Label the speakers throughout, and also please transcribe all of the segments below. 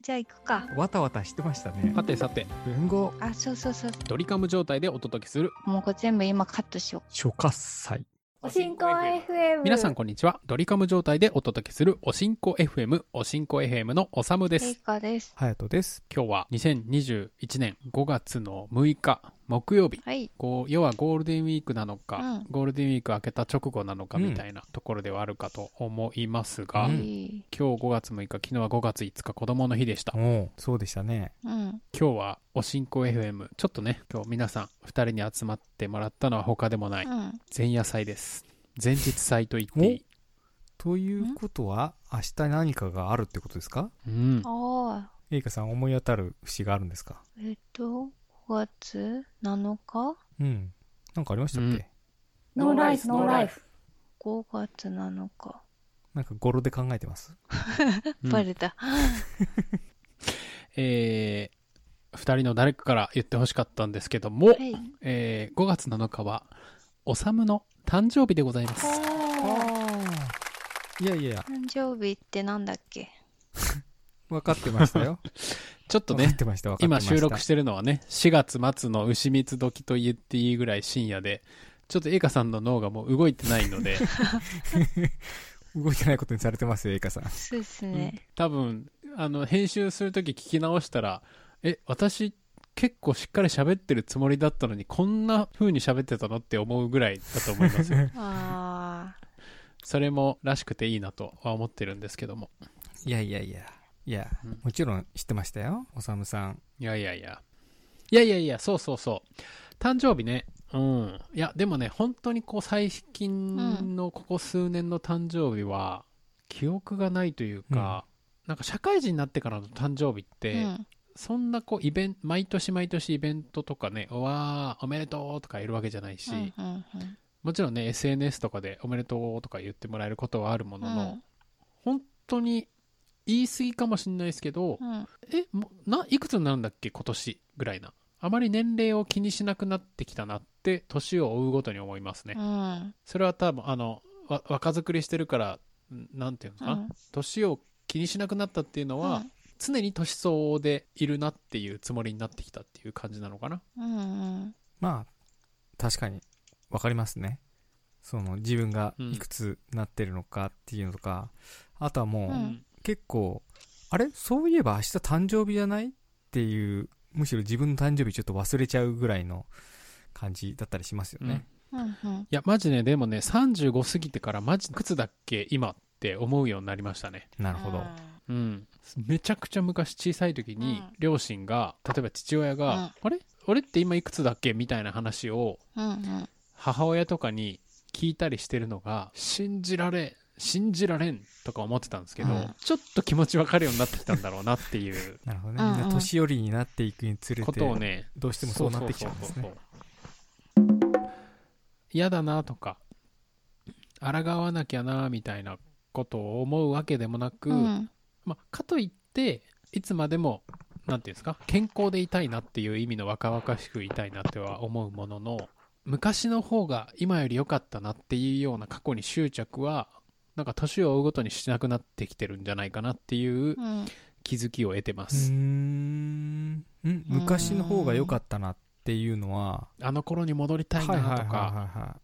Speaker 1: じゃあ行くか。
Speaker 2: わたわたしてましたね
Speaker 3: さてさて、
Speaker 2: 文豪
Speaker 1: あ、そうそうそう。
Speaker 3: ドリカム状態でお届けする。
Speaker 1: もうこれ全部今カットしよ
Speaker 2: 初喝祭
Speaker 4: おしんこ FM。
Speaker 3: 皆さんこんにちは。ドリカム状態でお届けするおしんこ FM、おしんこ FM のおさむで
Speaker 1: う。
Speaker 3: す
Speaker 1: いい。かです。
Speaker 5: ハヤトです。
Speaker 3: 今日は2021年5月の6日木曜日。
Speaker 1: はい。
Speaker 3: こう要はゴールデンウィークなのか、
Speaker 1: うん
Speaker 3: ゴールデンウィーク明けた直後なのか
Speaker 2: うん
Speaker 3: みたいなところではあるかと思いますが、
Speaker 2: う
Speaker 1: うんん。
Speaker 3: 今日5月6日昨日は5月5日子供の日でした
Speaker 2: おう
Speaker 5: そうでしたね。
Speaker 1: うん。
Speaker 3: 今日はおしんこ FM ちょっとね今日皆さん2人に集まってもらったのは他でもない
Speaker 1: うん。
Speaker 3: 前夜祭です前日祭と言っていい、
Speaker 5: ということは、明日何かがあるってことですか
Speaker 3: うん、
Speaker 1: ああ。
Speaker 5: エイカさん、思い当たる節があるんですか
Speaker 1: えっと、5月7日
Speaker 5: うん。なんかありましたっけ、
Speaker 3: うん
Speaker 4: ノーライフ、ノーライフ。
Speaker 1: ?5 月7日。
Speaker 5: なんか語呂で考えてます
Speaker 3: うん
Speaker 1: バレた。
Speaker 3: え2人の誰かから言ってほしかったんですけども、
Speaker 1: はい。
Speaker 3: えー5月7日はおさむの誕生日でございます
Speaker 5: いやいやいや、
Speaker 1: 誕生日ってなんだっけ
Speaker 5: 分かってましたよ。
Speaker 3: ちょっと
Speaker 5: 分
Speaker 3: ね
Speaker 5: かってました、分かってま
Speaker 3: 今
Speaker 5: した。
Speaker 3: 収録してるのはね4月末の牛蜜時と言っていいぐらい深夜でちょっとエイカさんの脳がもう動いてないので
Speaker 5: 動いてないことにされてますよ、エイカさん。
Speaker 1: そうですね。
Speaker 3: 多分あの編集する時聞き直したらえ私結構しっかり喋ってるつもりだったのにこんな風に喋ってたのって思うぐらいだと思 いますよ
Speaker 1: ああ。
Speaker 3: それもらしくていいなとは思ってるんですけども
Speaker 5: いやいやいや。いや
Speaker 3: うん、
Speaker 5: もちろん知ってましたよ、おさむさん。
Speaker 3: いやいやいや。いやいやいや、そうそうそう。誕生日ね。うん。いや、でもね、本当にこう、最近のここ数年の誕生日は、記憶がないというか、なんか社会人になってからの誕生日っ
Speaker 1: う
Speaker 3: て、
Speaker 1: ん。
Speaker 3: そんなこう、イベント、毎年毎年イベントとかね、うわー、おめでとうとか言えるわけじゃないし、
Speaker 1: うんうんうん
Speaker 3: もちろんね、SNS とかでおめでとうとか言ってもらえることはあるも
Speaker 1: う
Speaker 3: のの、
Speaker 1: ん。
Speaker 3: 本当に言い過ぎかもしれないですけど、
Speaker 1: うん。
Speaker 3: えもないくつになるんだっけ今年ぐらいなあまり年齢を気にしなくなってきたなって年を追うごとに思いますね、
Speaker 1: うん。
Speaker 3: それは多分あのわ若作りしてるからんなんていうのかな、年を気にしなくなったっていうのは、
Speaker 1: うん
Speaker 3: 常に年相応でいるなっていうつもりになってきたっていう感じなのかな
Speaker 1: うんうん。
Speaker 5: まあ、確かに、分かりますね。その、自分が
Speaker 3: うん
Speaker 5: いくつなってるのかっていうのとか、あとはもう、
Speaker 1: うん
Speaker 5: 結構あれそういえば明日誕生日じゃないっていうむしろ自分の誕生日ちょっと忘れちゃうぐらいの感じだったりしますよね、
Speaker 1: うんうん。
Speaker 3: いやマジねでもね35過ぎてからマジいくつだっけ今って思うようになりましたね
Speaker 5: なるほど、
Speaker 3: うん、めちゃくちゃ昔小さい時に
Speaker 1: うん
Speaker 3: 両親が、例えば父親が「
Speaker 1: うん
Speaker 3: あれ俺って今いくつだっけ?」みたいな話を
Speaker 1: うんうん。
Speaker 3: 母親とかに聞いたりしてるのが信じられん信じられんとか思ってたんですけど、
Speaker 1: うん
Speaker 3: ちょっと気持ちわかるようになってきたんだろうなっていう
Speaker 5: なるほどね、
Speaker 1: うんうん
Speaker 5: みんな年寄りになっていくにつれ
Speaker 3: こ
Speaker 5: て
Speaker 3: とをね
Speaker 5: どうしてもそうなってきちゃうんです
Speaker 3: そう
Speaker 5: ね
Speaker 3: そうそうそう嫌だなとか抗わなきゃなみたいなことを思うわけでもなく、
Speaker 1: うん。
Speaker 3: まあ、かといっていつまでもなんていうんですか健康でいたいなっていう意味の若々しくいたいなっては思うものの昔の方が今より良かったなっていうような過去に執着はなんか年を追うごとにしなくなってきてるんじゃないかなっていう
Speaker 1: うん。
Speaker 3: 気づきを得てま
Speaker 5: うー
Speaker 3: す、
Speaker 5: んん昔の方が良かったなっていうのは
Speaker 3: あの頃に戻りたいなとか、
Speaker 5: いは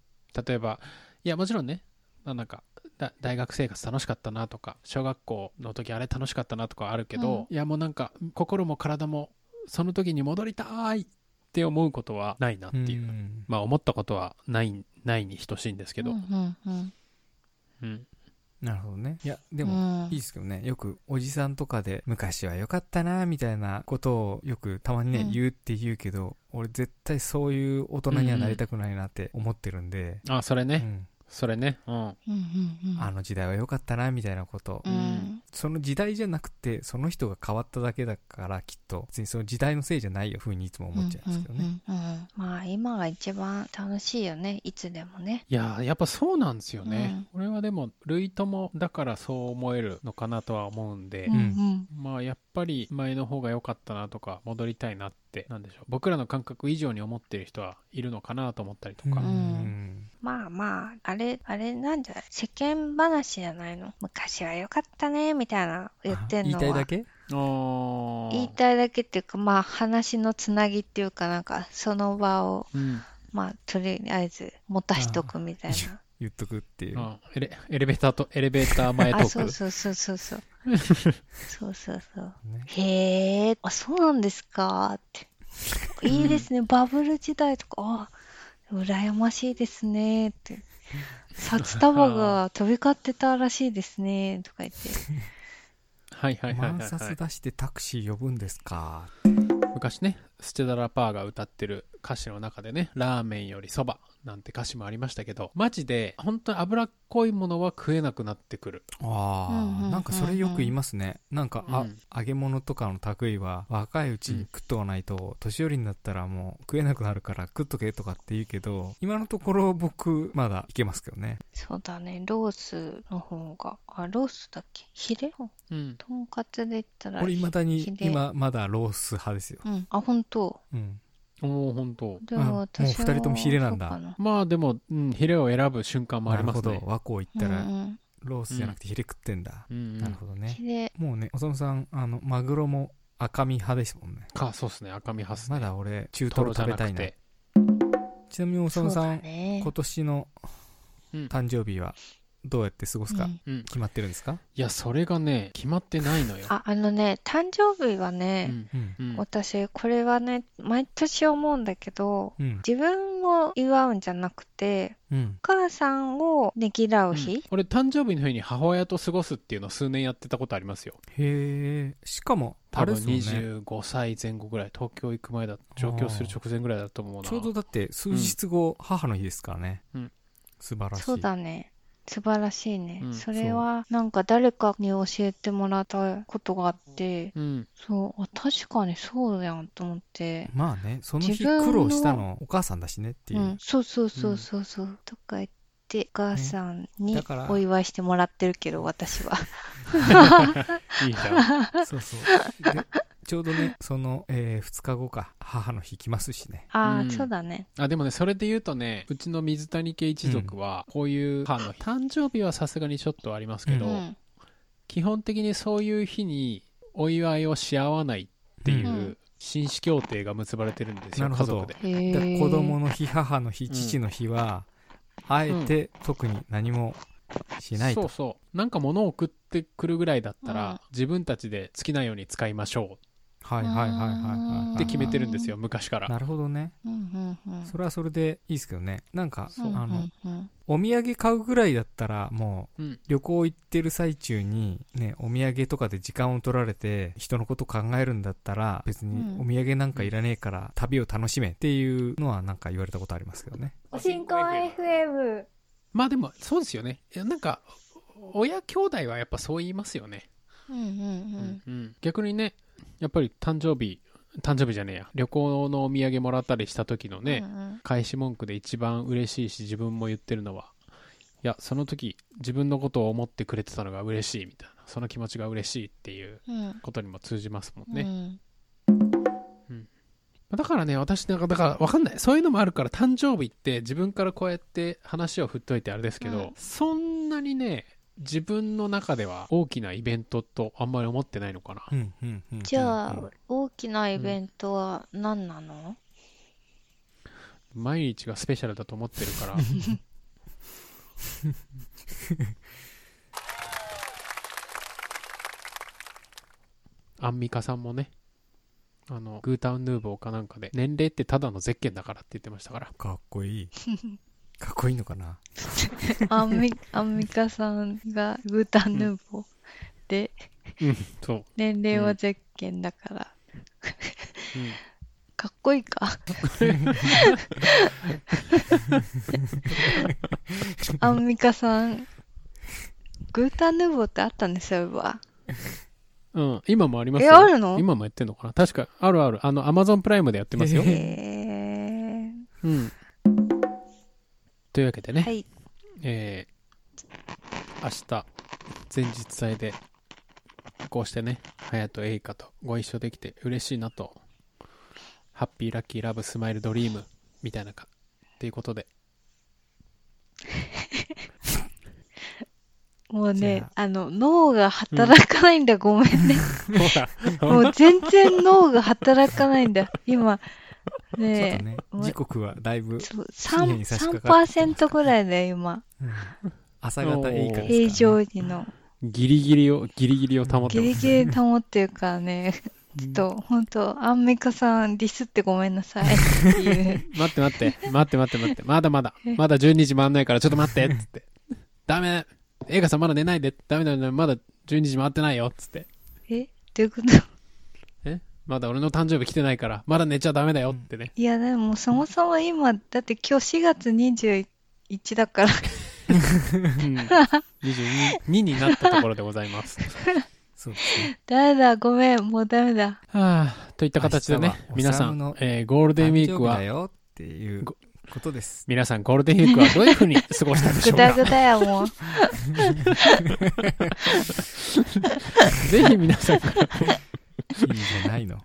Speaker 3: 例えばいやもちろんねまあなんかだ大学生活楽しかったなとか小学校の時あれ楽しかったなとかあるけど、いやもうなんか心も体もその時に戻りたいって思うことはないなって
Speaker 5: い
Speaker 3: いう、
Speaker 5: ん
Speaker 3: まあ思ったことはないないに等しいんですけど、
Speaker 1: う
Speaker 3: うんん
Speaker 1: うん
Speaker 5: なるほどねいや
Speaker 1: う
Speaker 5: で
Speaker 1: ん。
Speaker 5: も、い
Speaker 1: い
Speaker 5: いですけどねよくおじさんとかで昔は良かったなみたいなことをよくたまにね、
Speaker 1: うん
Speaker 5: 言うって言うけど俺絶対そういう大人にはなりたくないなって思ってるんで、
Speaker 3: あそれ
Speaker 5: う
Speaker 3: ね、
Speaker 5: ん
Speaker 3: それねうん
Speaker 1: うんうんうん。
Speaker 5: あの時代は良かったなみたいなこと、
Speaker 1: うん。
Speaker 5: その時代じゃなくてその人が変わっただけだからきっと別にその時代のせいじゃないよふうにいつも思っちゃうんですけどね、
Speaker 1: うんうんうんうんまあ今が一番楽しいよねいつでもね
Speaker 3: いやーやっぱそうなんですよね、これはでも類ともだからそう思えるのかなとは思うんで、
Speaker 1: うんうん
Speaker 3: まあやっぱり前の方が良かったなとか戻りたいなってなんでしょう僕らの感覚以上に思ってる人はいるのかなと思ったりとか、
Speaker 1: うん
Speaker 5: うん
Speaker 1: まあまああれあれなんじゃない世間話じゃないの昔は良かったねみたいな言ってんのは
Speaker 5: あ言いたいだけ
Speaker 3: あ
Speaker 1: 言いたいだけっていうか、まあ話のつなぎっていうかなんかその場を
Speaker 3: うん、
Speaker 1: まあとりあえず持たしとくみたいな。
Speaker 5: 言っとくっていう。
Speaker 3: あエレエレベーターとエレベーター前トー
Speaker 1: あ、
Speaker 3: ク
Speaker 1: そうそうそうそう そう。そうそうそう。
Speaker 5: ね
Speaker 1: へえ、あ、そうなんですかって。いいですね、バブル時代とか、あ、羨ましいですねって。札束が飛び交ってたらしいですねとか言って。
Speaker 3: はいはいはいはい、
Speaker 5: 万
Speaker 3: は
Speaker 5: 札
Speaker 3: い、
Speaker 5: 出してタクシー呼ぶんですか。
Speaker 3: 昔ねステダラパーが歌ってる歌詞の中でね「ラーメンよりそば」なんて歌詞もありましたけどマジで本当に脂っこいものは食えなくなってくる
Speaker 1: うんうん
Speaker 5: あ
Speaker 1: うんう
Speaker 5: あ、
Speaker 1: ん
Speaker 5: なんかそれよく言いますね。なんか、あ
Speaker 3: うん、
Speaker 5: 揚げ物とかの類は若いうちに食っとかないと、年寄りになったらもう食えなくなるから食っとけとかって言うけど、今のところ僕まだいけますけどね。
Speaker 1: そうだね、ロースの方が、あ、ロースだっけヒレ
Speaker 3: うん
Speaker 1: とんかつで言ったら、
Speaker 5: 俺未だに
Speaker 1: ひで
Speaker 5: 今まだロース派ですよ。
Speaker 1: うん、あ、本当。
Speaker 5: うん。
Speaker 3: おお本当
Speaker 1: で
Speaker 5: あ
Speaker 1: も
Speaker 5: もう
Speaker 1: 私は、
Speaker 5: 二人ともヒレなんだ
Speaker 1: そうかな
Speaker 3: まあでも、うん、ヒレを選ぶ瞬間もあ
Speaker 5: な
Speaker 3: り
Speaker 5: る
Speaker 3: ま
Speaker 5: ほ
Speaker 3: す
Speaker 5: ど
Speaker 3: ね。
Speaker 5: 和光行ったら
Speaker 1: うんうん、
Speaker 5: ロースじゃなくてヒレ食ってんだ。
Speaker 3: うんう
Speaker 5: なる
Speaker 3: ん
Speaker 5: ほどね
Speaker 1: ヒ。レ、
Speaker 5: もうね、おさむさん、あの、マグロも赤身派ですもんね。
Speaker 3: かそうですね赤身ハス
Speaker 5: まだ俺、中トロ食べたいな。ちなみにおさむ
Speaker 1: そう
Speaker 5: さ
Speaker 1: だ
Speaker 5: ん、
Speaker 1: ね。
Speaker 5: 今年の
Speaker 3: うん
Speaker 5: 誕生日はどうやって過ごすか、
Speaker 1: うん
Speaker 3: うん、
Speaker 5: 決まってるんですか、
Speaker 3: いやそれがね決まってないのよ、
Speaker 1: あ、あのね、誕生日は
Speaker 3: う
Speaker 1: ね、
Speaker 3: ん
Speaker 5: うん、
Speaker 3: うん、
Speaker 1: 私、これはね、毎年思うんだけど、
Speaker 5: うん。
Speaker 1: 自分を祝うんじゃなくて、
Speaker 5: うん
Speaker 1: お。母さんをねぎらう
Speaker 3: うん
Speaker 1: 日、
Speaker 3: 俺誕生日の日に母親と過ごすっていうのを数年やってたことありますよ
Speaker 5: へえ。しかも、あ
Speaker 3: 多
Speaker 5: れ
Speaker 3: 分
Speaker 5: ですもんね。
Speaker 3: 25歳前後ぐらい東京行く前だ上京する直前ぐらいだと思うな
Speaker 5: ちょうどだって、数日後、母の日ですからね。
Speaker 3: うん
Speaker 5: 素晴らしい。
Speaker 1: そうだね。素晴らしいね。
Speaker 3: うん
Speaker 1: それは、なんか誰かに教えてもらったことがあって、
Speaker 3: うん
Speaker 1: そう、あ、確かにそうやんと思って。
Speaker 5: まあね、その日
Speaker 1: 自分の
Speaker 5: 苦労したのお母さんだしねっていうう。
Speaker 1: ん、そうそうそううんそうそう、とか言って、お母さんに
Speaker 5: だから
Speaker 1: お祝いしてもらってるけど、私は。
Speaker 3: いいじゃ ん
Speaker 5: そうそう。でちょうどね、その、え2日後か、母の日来ますしね。
Speaker 1: ああ、
Speaker 3: うん
Speaker 1: そうだね。
Speaker 3: あでもねそれで言うとねうちの水谷家一族はこういう母の日誕生日はさすがにちょっとありますけど、
Speaker 1: う。
Speaker 5: そうん
Speaker 3: 基本的にそういう日にお祝いをし合わないってい
Speaker 1: うん
Speaker 3: う紳士協定が結ばれてるんですよ、
Speaker 5: なる
Speaker 3: 家
Speaker 5: ほど
Speaker 3: 族で。
Speaker 1: へ
Speaker 5: だから
Speaker 1: え。
Speaker 5: 子供の日母の日父の日は、あえて特に何もしないと、
Speaker 3: そうそうなんか物を送ってくるぐらいだったら、
Speaker 1: うん
Speaker 3: 自分たちで好きなように使いましょ
Speaker 5: はいはいはいはいはいは
Speaker 3: う
Speaker 5: い
Speaker 3: って決めてるんですよ、昔から
Speaker 5: なるほどね
Speaker 1: うんうんうん。
Speaker 5: それはそれでいいですけどねなんか、
Speaker 1: うん
Speaker 5: あ
Speaker 1: う
Speaker 5: の
Speaker 1: んうん
Speaker 5: お土産買うぐらいだったらもう、
Speaker 3: うん
Speaker 5: 旅行行ってる最中にねお土産とかで時間を取られて人のこと考えるんだったら別
Speaker 1: うん
Speaker 5: にお土産なんかいらねえから、旅を楽しめっていうのはなんか言われたことありますけどね
Speaker 4: おしんこ FM
Speaker 3: まあでもそうですよねいやなんか親兄弟はやっぱそう言いますよね、
Speaker 1: うんうん
Speaker 3: うん逆にねやっぱり誕生日誕生日じゃねえや旅行のお土産もらったりした時の
Speaker 1: うん。
Speaker 3: ね、
Speaker 1: うんうん
Speaker 3: 返し文句で一番嬉しいし自分も言ってるのはいやその時自分のことを思ってくれてたのが嬉しいみたいなその気持ちが嬉しいっていう
Speaker 1: うん
Speaker 3: ことにも通じますもんね、
Speaker 1: うん
Speaker 3: だからね、私なんか、だから分かんない。そういうのもあるから、誕生日って自分からこうやって話を振っといてあれですけど、
Speaker 1: うん
Speaker 3: そんなにね、自分の中では大きなイベントとあんまり思ってないのかな。
Speaker 5: うんうんうん
Speaker 1: じゃあ
Speaker 5: うん、
Speaker 1: 大きなイベントは何なの
Speaker 3: 毎日がスペシャルだと思ってる から。アンミカさんもね、あの、グータウンヌーボーかなんかで、年齢ってただのゼッケンだからって言ってましたから。
Speaker 5: かっこいいかっこいいのかな
Speaker 1: アンミ、 アンミカさんがグータンヌーボーで、
Speaker 3: そう。
Speaker 1: 年齢はゼッケンだから、
Speaker 3: うん
Speaker 1: かっこいいか。アンミカさん、グータンヌーボーってあったんですよ、ば。
Speaker 3: うん、今もあります
Speaker 1: えあるの
Speaker 3: 今もやってんのかな確か、あるある。あの、アマゾンプライムでやってますよ
Speaker 5: え。
Speaker 1: へ
Speaker 3: うん。というわけで
Speaker 1: え。
Speaker 3: ね、
Speaker 1: はい。
Speaker 3: えー明日、前日祭で、こうしてね、ハヤとエイカとご一緒できて嬉しいなと、ハッピーラッキーラブスマイルドリームみたいなか、っていうことで、
Speaker 1: もう
Speaker 5: じ
Speaker 1: ね
Speaker 5: ゃ、
Speaker 1: あの、脳が働かないんだ。ごめんね。も
Speaker 3: ほら、
Speaker 1: う全然脳が働かないんだ。今、
Speaker 5: ちょっ
Speaker 1: ね
Speaker 5: とね
Speaker 1: もう
Speaker 5: 時刻はだいぶ、
Speaker 1: そう
Speaker 5: 深夜に差し掛かってますね
Speaker 1: 3 3%ぐらいだよ、今。
Speaker 5: うん朝方いいからですからね
Speaker 1: 平常時の。
Speaker 3: ギリギリを、ギリギリを保って
Speaker 1: ギ
Speaker 3: ます、ね。
Speaker 1: リギリ保ってるからね。ちょっと、本当アンミカさん、ディスってごめんな さいっていう。
Speaker 3: 待って待って、待って待って待って、まだまだ、まだ12時回んないからちょっと待って、っつって。ダメ、映画さんまだ寝ないで、ダメだダメだ、まだ12時回ってないよ、っつって。
Speaker 1: えどういうこと
Speaker 3: えまだ俺の誕生日来てないから、まだ寝ちゃダメだよってね。
Speaker 1: いや、でも、そもそも今、だって今日4月21だから、
Speaker 3: うん、22になったところでございます。
Speaker 5: そうですね。
Speaker 1: ダメだ、ごめん、もうダメ だ。
Speaker 3: はあ、といった形で
Speaker 5: 明
Speaker 3: ね
Speaker 5: 日は、
Speaker 3: 皆さ
Speaker 5: おさむ
Speaker 3: ん
Speaker 5: の、
Speaker 3: えーゴールデンウィー
Speaker 5: 誕
Speaker 3: ク
Speaker 5: 生日だ
Speaker 3: は、
Speaker 5: よっていうことです。
Speaker 3: 皆さんゴールデンウィークはどういうふうに過ごしたで
Speaker 1: ぐ
Speaker 3: しょう
Speaker 1: だ
Speaker 3: か
Speaker 1: ぐだや、もう。
Speaker 3: ぜひ皆さんから
Speaker 5: いいんじゃないの。